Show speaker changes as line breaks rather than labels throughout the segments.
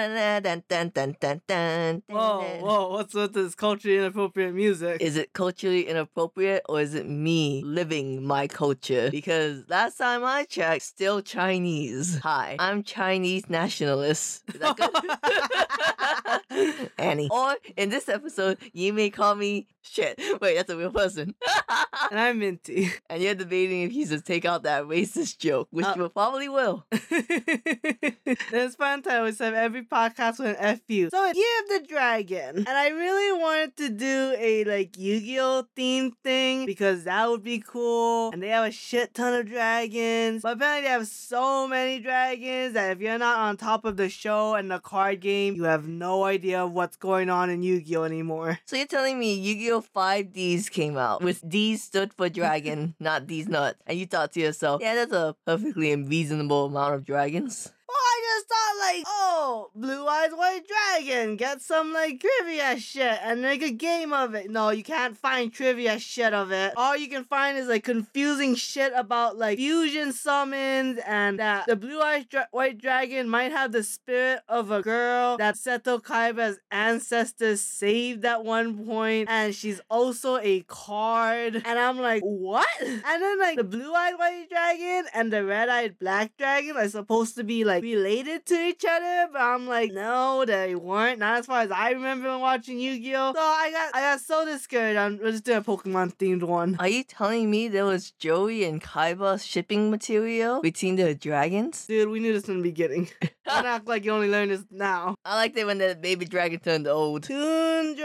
Dun, dun, dun, dun, dun, dun,
Whoa, whoa, what's with this culturally inappropriate music?
Is it culturally inappropriate or is it me living my culture? Because last time I checked, still Chinese. Hi, I'm Chinese nationalist. Is that good? Annie. Or in this episode, you may call me shit. Wait, that's a real person.
and I'm Minty.
and you're debating if you should take out that racist joke, which
Uh,
you probably will.
There's fun time we have every podcast with an F E you. So it's Year of the Dragon. And I really wanted to do a like Yu-Gi-Oh themed thing because that would be cool. And they have a shit ton of dragons. But apparently they have so many dragons that if you're not on top of the show and the card game, you have no idea what's going on in Yu-Gi-Oh anymore.
So you're telling me Yu-Gi-Oh! 5Ds came out with D's stood for dragon, not D's nuts. And you thought to yourself, yeah, that's a perfectly reasonable amount of dragons.
Well, I just thought like, oh, Blue Eyes White Dragon, get some like trivia shit and make a game of it. No, you can't find trivia shit of it. All you can find is like confusing shit about like fusion summons and that the Blue Eyes Dra- White Dragon might have the spirit of a girl that Seto Kaiba's ancestors saved at one point, and she's also a card. And I'm like, what? And then like the blue-eyed white dragon and the red-eyed black dragon are supposed to be like related to each other, but I'm like, no, they weren't. Not as far as I remember when watching Yu-Gi-Oh. So I got I got so discouraged. I'm we're just doing a Pokemon themed one. Uh,
Are you telling me there was Joey and Kaiba shipping material between the dragons?
Dude, we knew this from the beginning. Don't act like you only learned this now.
I liked it when the baby dragon turned old.
Toon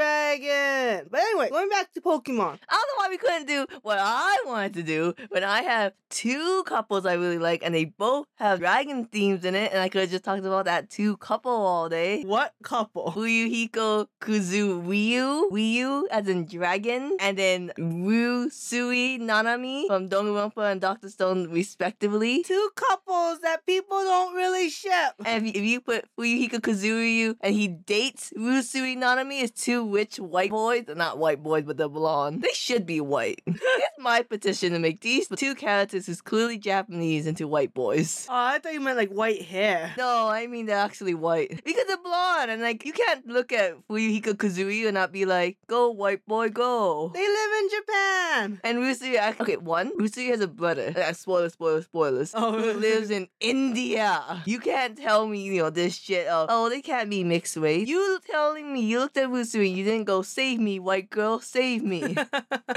Dragon. But anyway, going back to Pokemon.
I don't know why we couldn't do what I wanted to do when I have two couples I really like and they both have dragon themes in it and I could have just talked about that two couple all day.
What couple?
Uyuhiko Kuzu Ryu, Ryu as in dragon, and then Ryu Sui Nanami from Danganronpa and Doctor Stone respectively.
two couples that people don't really ship.
And if you, if you put Fuyuhiko Kazuryu and he dates Rusui Nanami as two rich white boys, not white boys, but they're blonde. They should be white. it's my petition to make these two characters who's clearly Japanese into white boys.
Oh, I thought you meant like white hair.
No, I mean they're actually white. Because they're blonde and like you can't look at Fuyuhiko Kazuryu and not be like, go white boy, go.
They live in Japan.
And Rusui, act- okay, one, Rusui has a brother. Uh, spoiler, spoiler, spoilers.
Oh,
who lives in India. You can't tell me, you know, this shit of, oh, they can't be mixed race. You telling me you looked at Rusui, you didn't go, save me, white girl, save me.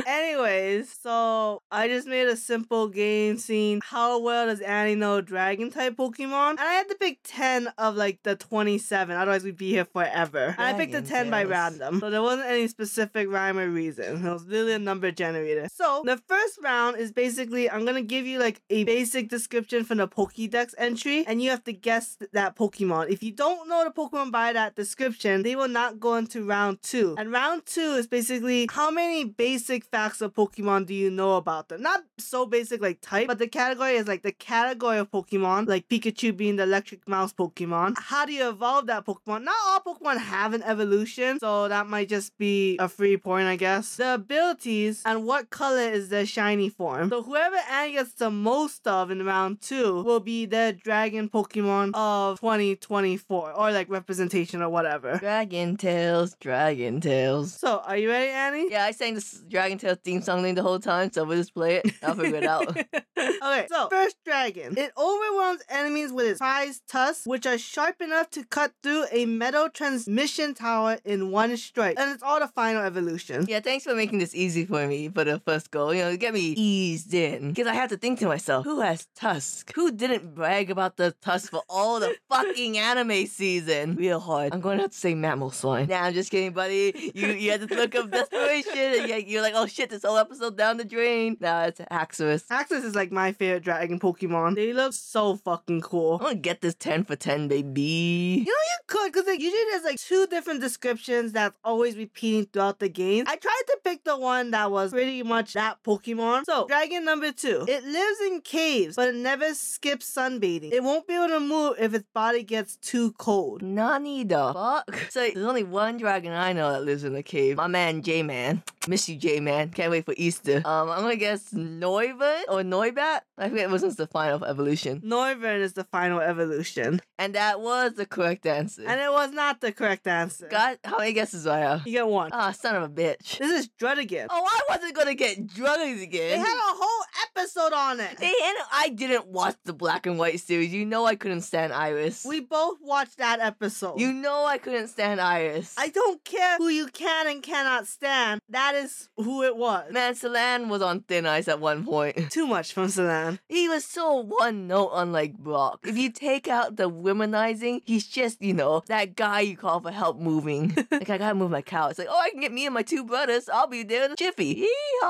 Anyways, so I just made a simple game scene. How well does Annie know dragon type Pokemon? And I had to pick 10 of like the 27, otherwise we'd be here forever. And I picked the 10
Dragon
by
tales.
random. So there wasn't any specific rhyme or reason. It was literally a number generator. So the first round is basically I'm gonna give you like a basic description from the Pokédex entry, and you have to guess th- that Pokemon. If you don't know the Pokemon by that description, they will not go into round two. And round two is basically how many basic facts of Pokemon do you know about them? Not so basic like type, but the category is like the category of Pokemon, like Pikachu being the electric mouse Pokemon. How do you evolve that Pokemon? Not all Pokemon have an evolution, so that might just be a free point, I guess. The abilities and what color is their shiny form. So whoever Annie gets the most of in round two will be their dragon Pokemon of 2024, or like representation or whatever.
dragon Tales, Dragon Tales.
So, are you ready, Annie?
Yeah, I sang this Dragon Tales theme song the whole time, so we'll just play it. I'll figure it out.
okay, so first dragon. It overwhelms enemies with its prized tusks, which are sharp enough to cut through a metal transmission tower in one strike. And it's all the final evolution.
Yeah, thanks for making this easy for me for the first goal. You know, get me eased in. Because I had to think to myself, who has Tusk? Who didn't brag about the Tusk for all the fucking anime season? Real hard. I'm going to have to say mammal swine. Nah, I'm just kidding, buddy. You you had to look up desperation and you're, you're like, oh shit, this whole episode down the drain. Nah, it's Axorus.
Axis is like my favorite dragon Pokemon. They look so fucking
I'm
cool.
going to get this 10 for 10, baby.
You know you could, because like, usually there's like two different descriptions that's always repeating throughout the game. I tried to pick the one that was pretty much that Pokemon. So, dragon number two. It lives in caves, but it never skips sunbathing. It won't be able to move if its body gets too cold.
Nani the fuck? So there's only one dragon I know that lives in a cave. My man J Man. Miss you, J Man. Can't wait for Easter. Um, I'm gonna guess Neuven or Noibat. I forget it was since the final evolution.
Norvern is the final evolution.
And that was the correct answer.
And it was not the correct answer.
God, how many guesses do I have?
You get one.
Ah, son of a bitch.
This is Dredigan.
Oh, I wasn't gonna get drugs again.
They had a whole episode on it.
They had a- I didn't watch the black and white series. You know I couldn't stand Iris.
we both watched that episode.
you know I couldn't stand Iris.
I don't care who you can and cannot stand. That is who it was.
Man, Solan was on thin ice at one point.
Too much from Salan.
He was so one note, unlike Brock. If you take out the womanizing, he's just, you know, that guy you call for help moving. like, I gotta move my couch. Like, oh, I can get me and my two brothers. I'll be there in a jiffy. Yeehaw!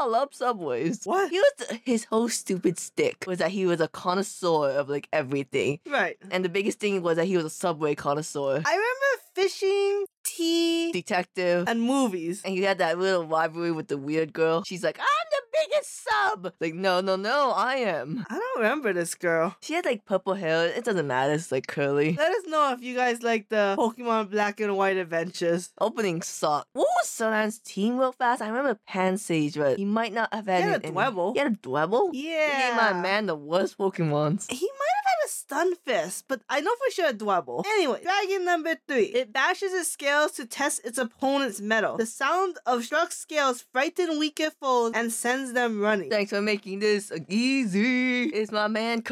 I love Subways.
What?
He was, his whole stupid stick was that he was a connoisseur of, like, everything.
Right.
And the biggest thing was that he was a Subway connoisseur.
I remember fishing, tea,
Detective.
and movies.
And you had that little rivalry with the weird girl. She's like, I'm the biggest sub! Like, no, no, no, I am.
I don't remember this girl.
She had like purple hair. It doesn't matter. It's like curly.
Let us know if you guys like the Pokemon Black and White adventures.
Opening sock. What was Solan's team real fast? I remember Pan Sage, but he might not have had
He had
it
a
in-
Dwebble.
He had a Dwebble? He
Yeah.
gave my man the worst Pokemons.
He might have had a stun fist, but I know for sure a Dwebble. Anyway, dragon number three. It bashes its scales to test its opponent's metal. The sound of struck scales frighten weaker foes and sends them running.
Thanks for making this easy. It's my man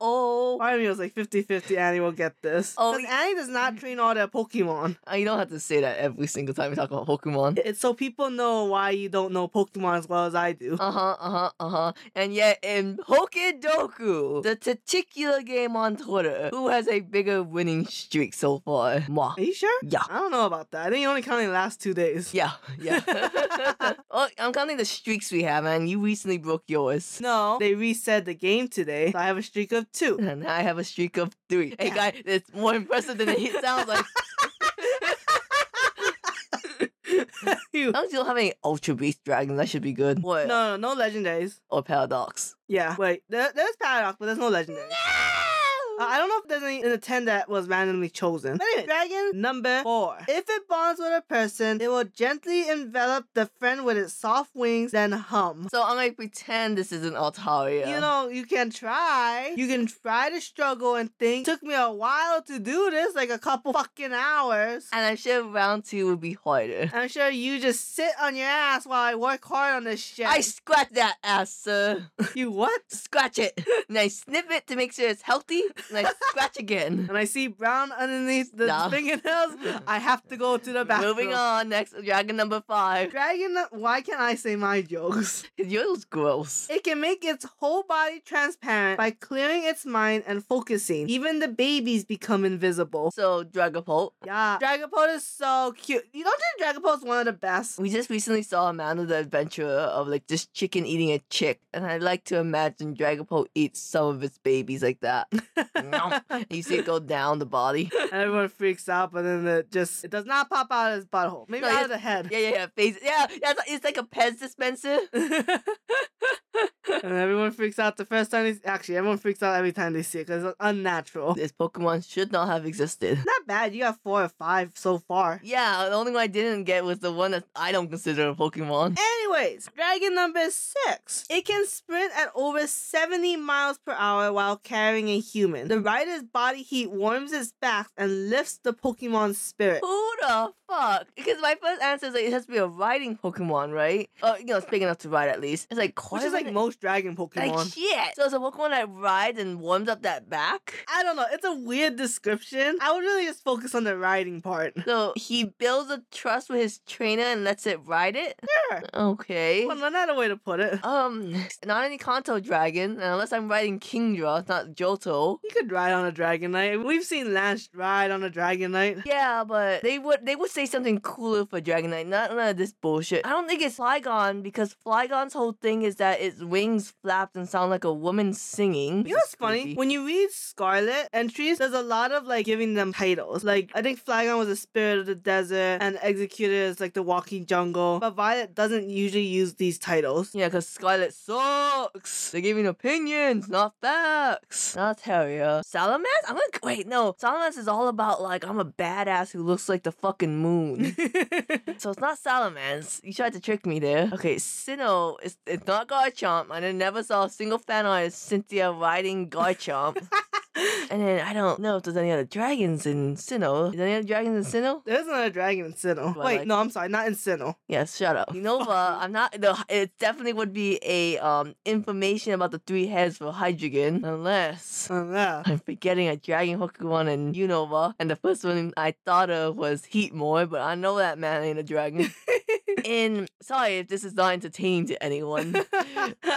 Kamo.
Part of me was like 50 50, Annie will get this.
Oh,
Oh, Annie does not train all their Pokemon.
Uh, You don't have to say that every single time you talk about Pokemon.
It's so people know why you don't know Pokemon as well as I do.
Uh huh, uh huh, uh huh. And yet, in Hokidoku, the particular game on Twitter, who has a bigger winning streak so far? Mark.
Are you sure?
Yeah.
I don't know about that. I think you only counting the last two days.
Yeah, yeah. well, I'm counting the streaks we have, man. You recently broke yours.
No, they reset the game today. So I have a streak of two.
And I have a streak of three. Hey,
Yeah.
guy, it's more impressive than it sounds like.
You-
As long as you don't have any Ultra Beast Dragons, that should be good. What?
no, no, no legendaries.
Or Paradox.
Yeah, wait. There, there's Paradox, but there's no legendary.
Mm-hmm.
Uh, I don't know if there's any in the 10 that was randomly chosen. But anyway, dragon number 4. If it bonds with a person, it will gently envelop the friend with its soft wings, then hum.
so I'm gonna pretend this isn't Altaria.
You know, you can try. You can try to struggle and think. Took me a while to do this, like a couple fucking hours.
And I'm sure round two would be harder.
I'm sure you just sit on your ass while I work hard on this shit.
I scratch that ass, sir.
you what?
Scratch it. And I snip it to make sure it's healthy. And I scratch again.
When I see brown underneath the
No.
fingernails, I have to go to the bathroom.
Moving on, next dragon number five.
Dragon, why can't I say my jokes?
Yours gross.
It can make its whole body transparent by clearing its mind and focusing. Even the babies become invisible.
So Dragapult.
Yeah, Dragapult is so cute. You don't think Dragapult's one of the best?
We just recently saw Amanda the Adventurer of like this chicken eating a chick, and I like to imagine Dragapult eats some of its babies like that. Nom. And you see it go down the body.
Everyone freaks out, but then it just it does not pop out of his butthole. Maybe
No,
out
yeah-
of the head.
Yeah, yeah, yeah. Face. Yeah, that's, it's like a Pez dispenser.
and everyone freaks out the first time they actually everyone freaks out every time they see it because it's unnatural.
This Pokemon should not have existed.
Not bad. You got four or five so far.
Yeah, the only one I didn't get was the one that I don't consider a Pokemon.
Anyways, dragon number six. It can sprint at over 70 miles per hour while carrying a human. The rider's body heat warms its back and lifts the Pokemon's spirit.
Who the fuck? Because my first answer is like it has to be a riding Pokemon, right? Or you know, it's big enough to ride at least. It's like
Which is like
Corviknight-
most dragon
Like
Pokemon.
shit. So it's a Pokemon that rides and warms up that back.
I don't know. It's a weird description. I would really just focus on the riding part.
So he builds a trust with his trainer and lets it ride it.
Sure.
Okay.
Well, another way to put it.
Um, not any Kanto dragon, and unless I'm riding Kingdra, it's not Johto.
You could ride on a Dragonite. We've seen Lance ride on a Dragonite.
Yeah, but they would they would say something cooler for Dragonite, not none of this bullshit. I don't think it's Flygon because Flygon's whole thing is that its wings flapped and sound like a woman singing.
You know what's funny? When you read Scarlet entries, there's a lot of like giving them titles. Like I think Flagon was the spirit of the desert, and Executor is like the walking jungle. But Violet doesn't usually use these titles.
Yeah, because Scarlet sucks. They're giving opinions, not facts. Not Terria. Salamence? I'm like, wait, no. Salamence is all about, like, I'm a badass who looks like the fucking moon. so it's not Salamence. You tried to trick me there. Okay, Sinnoh, it's, it's not Garchomp. I never saw a single fan artist Cynthia riding Garchomp. And then I don't know if there's any other dragons in Sinnoh. Is there any other dragons in Sinnoh?
There's another dragon in Sinnoh.
Well,
Wait,
like-
no, I'm sorry, not in Sinnoh.
Yes, shut up. Nova, I'm not. No, it definitely would be a um information about the three heads for Hydrogen, unless
Uh, yeah.
I'm forgetting a Dragon Hokuman and Unova. And the first one I thought of was Heatmore, but I know that man ain't a dragon. in sorry if this is not entertaining to anyone.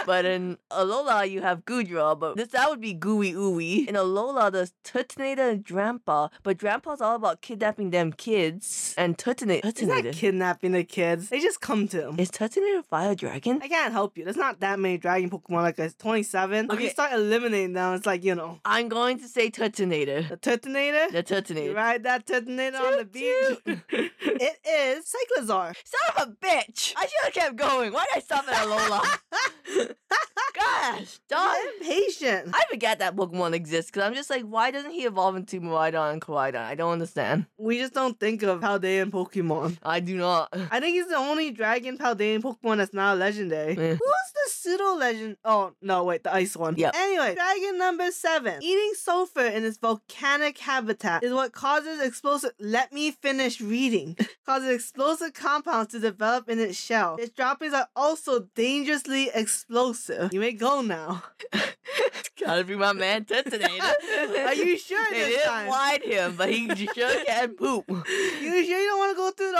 But in Alola, you have Gudra, but this that would be Gooey Ooey. In Alola, there's Turtonator and Drampa, but Drampa's all about kidnapping them kids. And Turtonator.
He's not
Turtonator.
kidnapping the kids. They just come to him.
Is Turtonator a fire dragon?
I can't help you. There's not that many dragon Pokemon like there's 27. If
Okay.
you start eliminating them, it's like, you know,
I'm going to say Turtonator.
the Turtonator.
The
You
Turtonator.
ride that Turtonator on the
Toot
beach. it is Cyclozar.
Son of a bitch! I should have kept going. Why did I stop at Alola? Gosh, darn.
I'm impatient.
I forget that Pokemon exists because I'm just like, why doesn't he evolve into Maridon and Koridon? I don't understand.
We just don't think of Paldean Pokemon.
I do not.
I think he's the only Dragon Paldean Pokemon that's not legendary.
Yeah.
Who's the pseudo legend? Oh, no, wait, the ice one.
Yep.
Anyway, Dragon number seven. Eating sulfur in its volcanic habitat is what causes explosive. Let me finish reading. causes explosive compounds to develop in its shell. Its droppings are also dangerously explosive. You may go now.
Gotta be my man Tetonator.
Are you sure
They
this
didn't
time?
wide him, but he sure can poop.
You sure you don't want to go through the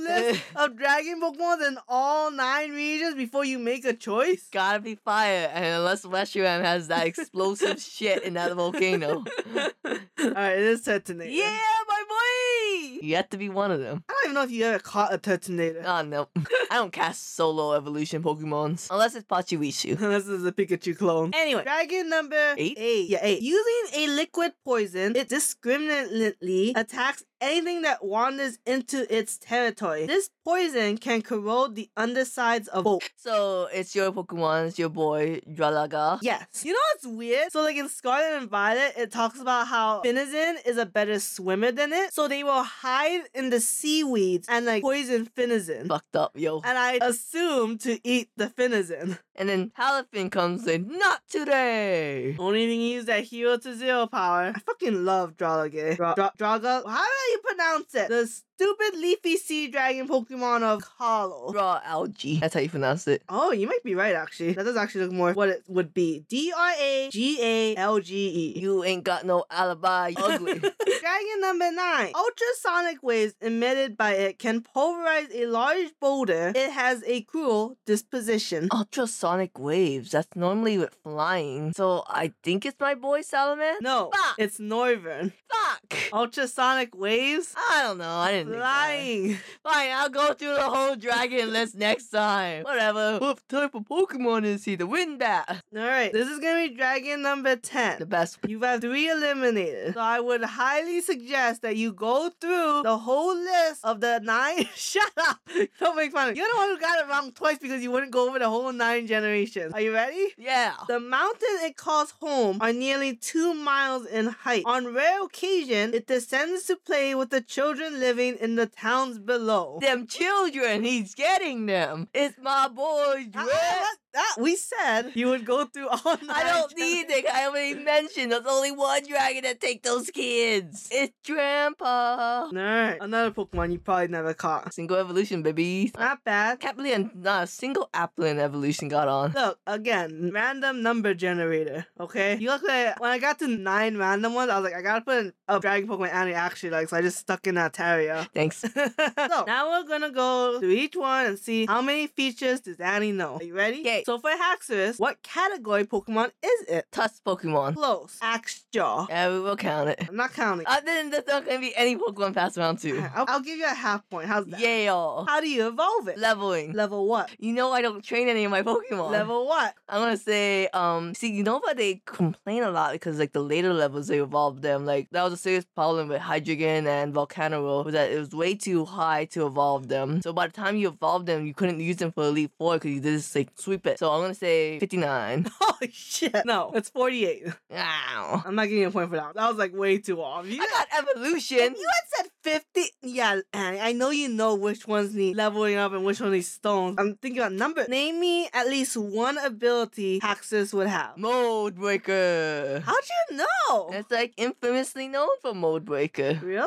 list of dragon Pokemon in all nine regions before you make a choice?
Gotta be fire, and unless Reshiram has that explosive shit in that volcano.
All right, it is Turtonator.
yeah, my boy! You have to be one of them.
I don't even know if you ever caught a Turtonator.
Oh, no. I don't cast solo evolution Pokemons, unless it's Pachiwishu.
this is a Pikachu clone.
Anyway,
Dragon number
Eight?
eight. Yeah, eight. Using a liquid poison, it discriminately attacks anything that wanders into its territory. This poison can corrode the undersides of both.
so it's your Pokemon, it's your boy, Dralaga.
Yes. You know what's weird? So like in Scarlet and Violet, it talks about how Finizen is a better swimmer than it. So they will hide in the seaweeds and like poison Finizen.
Fucked up, yo.
And I assume to eat the Finizen.
And then Halifin comes in, not today!
Only thing you use that hero to zero power. I fucking love Draugr. Dra- Dra- Draugr? How do you pronounce it? The stupid leafy sea dragon Pokemon of Hollow.
Raw algae. That's how you pronounce it.
Oh, you might be right actually. That does actually look more what it would be. D R A G A L G E.
You ain't got no alibi, you ugly.
Dragon number nine. Ultrasonic waves emitted by it can pulverize a large boulder. It has a cruel disposition.
Ultrasonic waves. That's normally with flying. So I think it's my boy Salaman.
No,
Fuck.
it's Northern.
Fuck!
Ultrasonic waves?
I don't know. I didn't. think that.
Lying.
Fine, I'll go through the whole dragon list next time. Whatever. What type of Pokemon is he? The wind bat.
Alright, this is gonna be dragon number
The
10.
best.
You have three eliminated. So I would highly suggest that you go through the whole list of the nine. Shut up! Don't make fun of me. You're the one who got it wrong twice because you wouldn't go over the whole nine generations. Are you ready?
Yeah.
The mountain it calls home are nearly two miles in height. On rare occasion, it descends to play with the children living in the towns below.
Them children. He's getting them. It's my boy
Ah,
Dra-
that- that- we said you would go through all night.
I don't need it. I already mentioned there's only one dragon that take those kids. It's Grandpa.
Alright, another Pokemon you probably never caught.
Single evolution, baby.
Not bad.
can't believe an- not a single apple in evolution got on.
Look, again, random number generator, okay? You look like when I got to nine random ones, I was like, I gotta put in a Dragon Pokemon Annie actually likes, so I just stuck in Altaria.
Thanks.
so now we're gonna go through each one and see how many features does Annie know. Are you ready?
'Kay.
So for Haxorus, what category Pokemon is it?
Tusk Pokemon.
Close. Axe Jaw.
Yeah, we will count it.
I'm not counting.
Other than that, there's not gonna be any Pokemon pass around two.
I'll, I'll give you a half point. How's that?
Yeah. y'all.
How do you evolve it?
Leveling.
Level what?
You know I don't train any of my Pokemon.
Level what?
I'm gonna say, um, see, you know, but they complain a lot because like the later levels they evolved them. Like that was a serious problem with Hydreigon and Volcanoro was that it was way too high to evolve them. So by the time you evolved them, you couldn't use them for Elite Four because you just like sweep it. So I'm gonna say 59.
Holy shit. No, it's 48.
Ow.
I'm not giving you a point for that. That was like way too off. You,
I got evolution.
you had said 50. Yeah, Annie, I know you know which ones need leveling up and which ones need stones. I'm thinking about number. Name me at least one ability Haxus would have.
Mold Breaker.
How'd you know?
That's like infamously known for Mold Breaker.
really?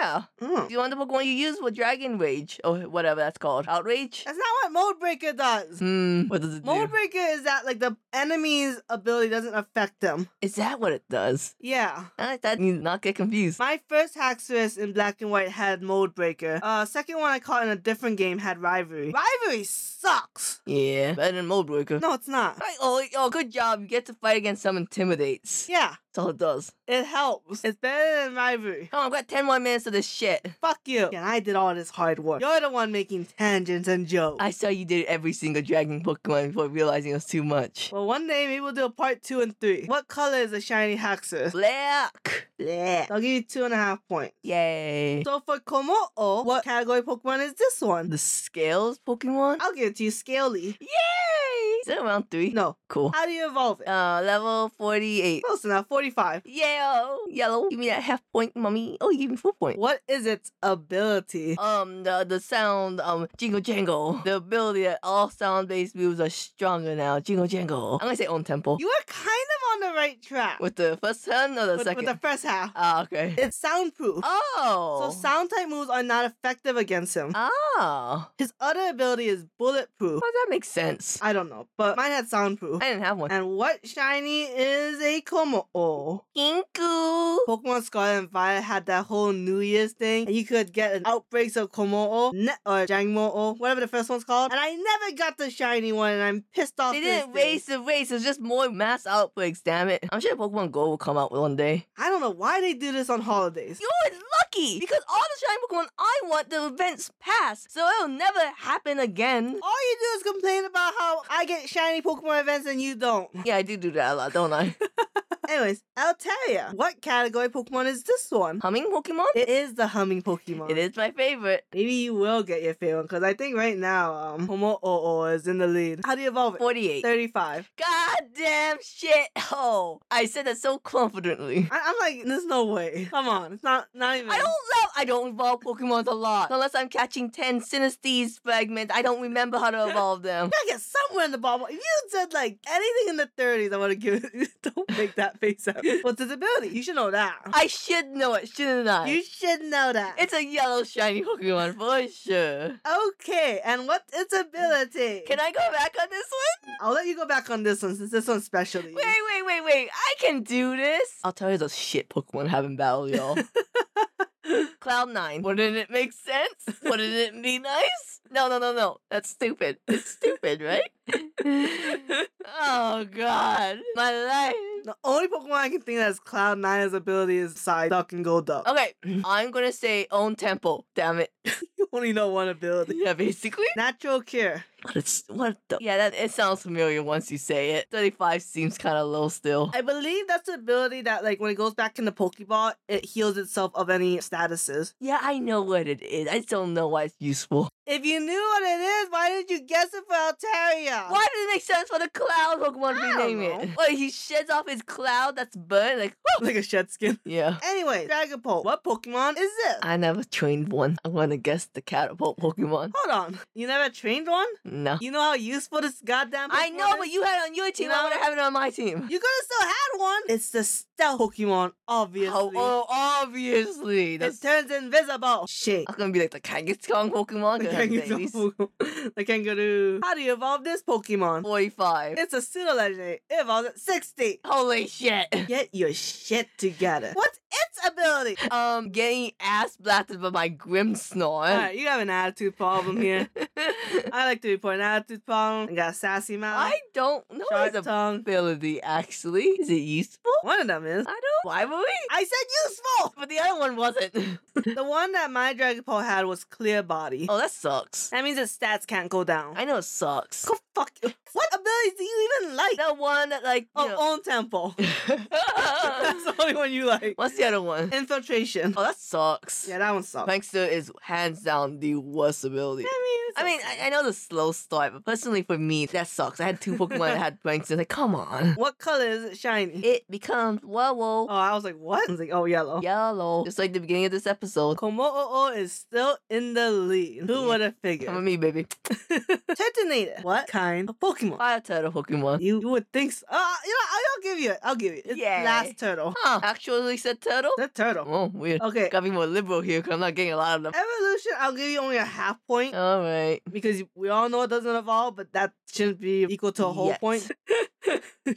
Yeah.
Mm.
The one the Pokemon you use for Dragon Rage or whatever that's called. Outrage?
That's not what Mold Breaker does.
Hmm. What does it do?
Mold Breaker is that like the enemy's ability doesn't affect them.
Is that what it does?
Yeah.
I like that. You not get confused.
My first Haxorus in Black and White had Mold Breaker. Uh, second one I caught in a different game had Rivalry. Rivalry sucks.
Yeah. Better than Mold Breaker.
No, it's not.
Right, oh, oh, good job. You get to fight against some intimidates.
Yeah,
That's all it does.
it helps. It's better than Rivalry.
Come on, I've got 10 more minutes of this shit.
Fuck you. And I did all this hard work. You're the one making tangents and jokes.
I saw you did every single Dragon Pokemon before realizing it was too much.
well, one day maybe we'll do a part two and three. What color is a shiny Haxorus?
Black! Black.
I'll give you two and a half points.
Yay.
So for Komo-o, what category Pokemon is this one?
The scales Pokemon?
I'll give it to you, Scaly.
Yay! Is that round three?
No.
Cool.
How do you evolve it?
Uh, level 48.
Close enough, 45.
Yellow. Yellow. Give me that half point, mummy. Oh, you gave me full point.
What is its ability?
Um, the, the sound, um, jingle jangle. The ability that all sound based moves are stronger now. Jingle jangle. I'm gonna say on tempo.
You are kind of on the right track
With the first turn or the
with,
second?
with the first half.
Ah, okay.
It's soundproof.
Oh. Uh,
So sound type moves are not effective against him.
Oh.
His other ability is
Well,
bulletproof.
Oh, that makes sense.
I don't know, but mine had soundproof.
I didn't have one.
And what shiny is a Komo-o?
Inku.
Pokemon Scarlet and Violet had that whole New Year's thing, and you could get an outbreaks of Komo-o ne- or Jangmo-o, whatever the first one's called. And I never got the shiny one, and I'm pissed off.
They
this
didn't
day.
race the race. It's just more mass outbreaks. Damn it! I'm sure Pokemon Go will come out one day.
I don't know why they do this on holidays.
You're lucky because all the shiny Pokemon I want, the events passed, so it'll never happen again.
All you do is complain about how I get shiny Pokemon events and you don't.
Yeah, I do do that a lot, don't I?
Anyways, Altaria. What category Pokemon is this one?
Humming Pokemon.
It is the humming Pokemon.
It is my favorite.
Maybe you will get your favorite one because I think right now, um, Homo-o-o is in the lead. How do you evolve it?
48.
35.
God damn shit! Oh, I said that so confidently.
I- I'm like, there's no way. Come on, it's not not even.
I don't love. I don't evolve Pokemon a lot unless I'm catching ten Synesthese fragments. I don't remember how to evolve them.
I get somewhere in the ballpark. If you said like anything in the 30s, I want to give it. Don't make that face up. What's his ability? You should know that.
I should know it, shouldn't I?
You should know that.
It's a yellow shiny Pokemon for sure.
okay. And what's its ability?
Can I go back on this one?
I'll let you go back on this one since this one's special. to you.
Wait, wait, wait, wait. I can do this. I'll tell you those shit Pokemon have in battle, y'all. Cloud Nine. Wouldn't it make sense? Wouldn't it be nice? No, no, no, no. That's stupid. It's stupid, right? oh God, my life.
The only Pokemon I can think that has Cloud Nine's ability is Psyduck Duck and Golduck.
Okay, I'm gonna say own temple. Damn it.
You only know one ability.
Yeah, basically.
Natural Cure.
What it's what the Yeah, that it sounds familiar once you say it. Thirty five seems kinda low still.
I believe that's the ability that, like, when it goes back in the Pokeball, it heals itself of any statuses.
Yeah, I know what it is. I just don't know why it's useful.
If you knew what it is, why didn't you guess it for Altaria?
Why does it make sense for the cloud Pokemon
I
to
don't
rename it?
know.
Wait, he sheds off his cloud that's burned like woo!
Like a shed skin.
Yeah.
Anyway, Dragapult. What Pokemon is this?
I never trained one. I wanna guess the catapult Pokemon.
Hold on. You never trained one?
No.
You know how useful this goddamn Pokemon
I know, but
is?
you had it on your team.
know-
I would have had it on my team.
you could have still had one. It's the stealth Pokemon, obviously.
Oh, oh obviously.
It
That's
turns invisible. Shit.
I'm gonna be like the Kangaskhan Pokemon. gonna
The
have babies.
kangaroo. the kangaroo. How do you evolve this Pokemon?
Forty five.
It's a pseudo legendary. It evolves at 60.
Holy shit.
Get your shit together. What's its ability?
um getting ass blasted by my grim snore.
Alright, you have an attitude problem here. I like to report an attitude problem. I got a sassy mouth.
I don't know
sharp
his
tongue.
ability actually. Is it useful?
One of them is.
I don't. Why would we?
I said useful!
But the other one wasn't.
The one that my Dragon Pole had was clear body.
oh, that sucks.
That means its stats can't go down.
I know it sucks.
Go fuck you. What abilities do you even like?
The one that like.
Oh,
You know-
own tempo. That's the only one you like.
What's the other one?
Infiltration.
Oh, that sucks. Uh,
Yeah, that one sucks.
Prankster is hands down the worst ability.
I mean, it's
I mean,
okay.
I, I know the slow they'll start. But personally, for me, that sucks. I had two Pokemon that had pranks, and like, come on.
What color is it shiny?
It becomes Wubble.
oh, I was like, what? I was like, oh, yellow.
Yellow. Just like the beginning of this episode.
Komo'o is still in the lead. Who would have
Come with
figured?
me, baby.
Detonator. What kind of Pokemon?
Fire turtle Pokemon.
You, you would think so. Uh, you know, I'll give you it. I'll give you it. It's
Yay.
last turtle.
Huh. Actually said turtle?
The turtle.
Oh, weird.
Okay.
Gotta be more liberal here because I'm not getting a lot of them.
Evolution, I'll give you only a half point
All right.
because we all know it doesn't evolve, but that shouldn't be equal to a whole
Yes.
point.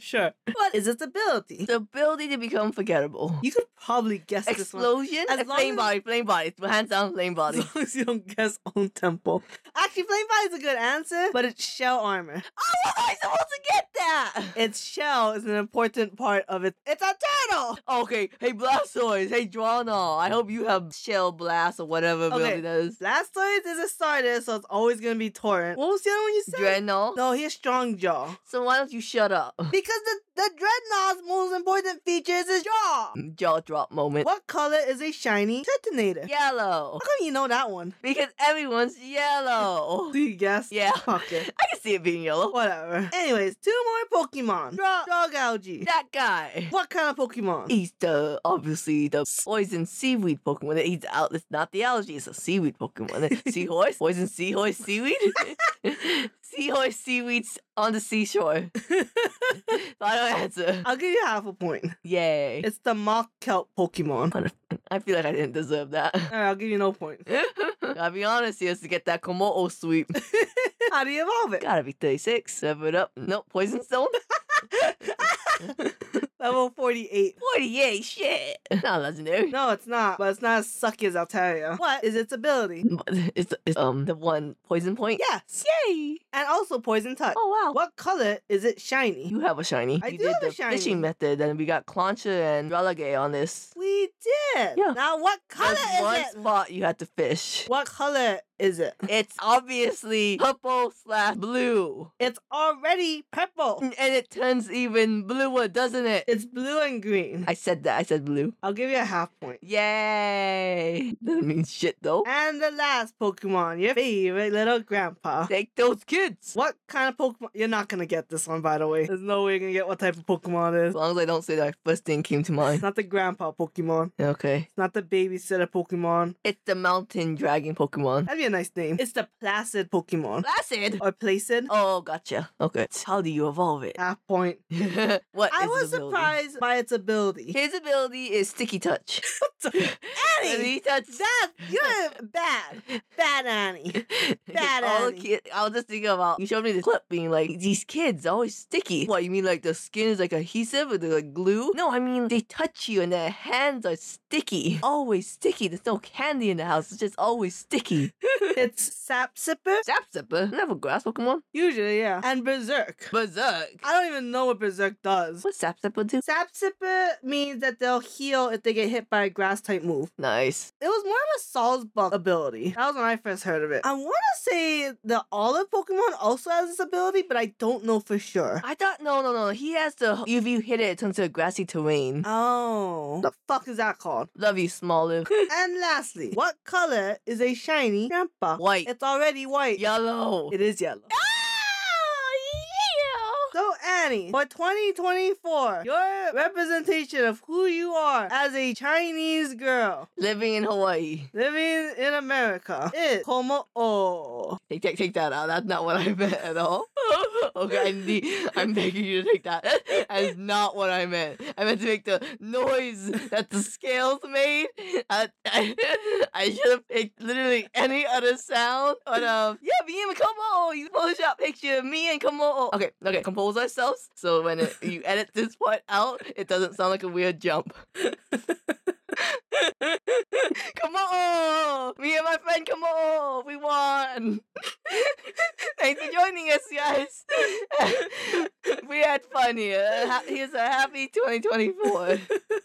sure. What is its ability?
The ability to become forgettable.
You could probably guess this one.
Explosion?
As
Uh,
long
flame
as-
body, flame body. Hands down, flame body.
As long as you don't guess on tempo. Actually, flame fire is a good answer, but it's shell armor.
oh, what am I supposed to get that?
Its shell is an important part of it. It's a turtle.
Okay, hey Blastoise, hey Drawnall, I hope you have Shell Blast or whatever
Okay.
ability that is.
Blastoise is a starter, so it's always gonna be torrent. What was the other one you said?
Dreadnought.
no, he has strong jaw.
So why don't you shut up?
Because the, the dreadnought's most important feature is his jaw.
Jaw drop moment.
What color is a shiny detonator?
Yellow.
How come you know that one?
Because everyone's yellow.
Do you guess?
Yeah.
Okay.
I can see it being yellow.
Whatever. Anyways, two more Pokemon.
uh,
Dro- Dog algae.
That guy.
What kind of Pokemon?
He's the obviously the poison seaweed Pokemon that eats out. It's not the algae. It's a seaweed Pokemon. Seahorse, poison seahorse seaweed. seahorse seaweeds on the seashore. Final answer.
I'll give you half a point.
Yay.
It's the mock kelp Pokemon.
I feel like I didn't deserve that.
Alright, I'll give you no point.
I'll be honest, he has to get that Komodo sweep.
How do you evolve it?
Gotta be 36. Seven it up. Nope, poison stone.
Level 48.
48, shit. Not legendary.
No, it's not, but it's not as sucky as Altaria. What is its ability?
But It's, it's um the one poison point.
Yes.
Yay!
And also poison touch.
Oh wow.
What color is it shiny?
You have a shiny.
I
you
do
did
have a
the
shiny.
fishing method, and we got Clancha and Relegate on this.
We did.
Yeah.
Now what color
There's
is
one
it?
spot you had to fish.
What color is it?
It's obviously purple slash blue.
It's already purple.
And it turns even bluer, doesn't it?
It's blue and green.
I said that. I said blue.
I'll give you a half point.
Yay! Doesn't mean shit though.
And the last Pokemon, your favorite little grandpa.
Take those kids.
What kind of Pokemon? You're not gonna get this one, by the way. There's no way you're gonna get what type of Pokemon it
As
is.
long as I don't say that my first thing came to
It's
mind.
not the grandpa Pokemon.
Okay.
It's not the babysitter Pokemon.
It's the mountain dragon Pokemon.
That'd be a nice name. It's the Placid Pokemon.
Placid.
Or Placid.
Oh, gotcha. Okay. How do you evolve it?
Half point.
what?
I
is
was
his ability?
surprised by its ability.
His ability is sticky touch.
Annie!
Sticky touch.
That, you're bad. Bad Annie. Bad
all the
Annie.
kid, I was just thinking about. You showed me the clip being like, these kids are always sticky. What you mean, like the skin is like adhesive or they're like glue? No, I mean they touch you and their hands are sticky. Always sticky. There's no candy in the house. It's just always sticky.
It's Sap Sipper.
Zap zipper. Never grass Pokemon.
Usually, yeah. And Berserk.
Berserk.
I don't even know what Berserk does.
What's zap zipper do?
Sap Sipper means that they'll heal if they get hit by a grass type move.
Nice.
It was more of a Salzbuck ability. That was when I first heard of it. I want to say the Olive Pokemon also has this ability, but I don't know for sure.
I thought no, no, no. He has the if you hit it, it turns to a grassy terrain.
Oh. The fuck is that called?
Love you, Smoliv.
and lastly, what color is a shiny grandpa?
White.
It's already white.
Yellow.
It is yellow.
Oh,
So, Annie, for 2024, your representation of who you are as a Chinese girl
yeah. Living in Hawaii.
living in America is Komo'o.
Take that, take that out. That's not what I meant at all. okay, I need, I'm begging you to take that. That is not what I meant. I meant to make the noise that the scales made. I, I, I should have picked literally any other sound. But um, yeah, me and Komodo, you Photoshop picture of me and Komodo. Okay, okay, compose ourselves. So when it, you edit this part out, it doesn't sound like a weird jump. Komodo, me and my friend Komodo, we won. Thanks for joining us, guys. we had fun here. Ha- Here's a happy 2024.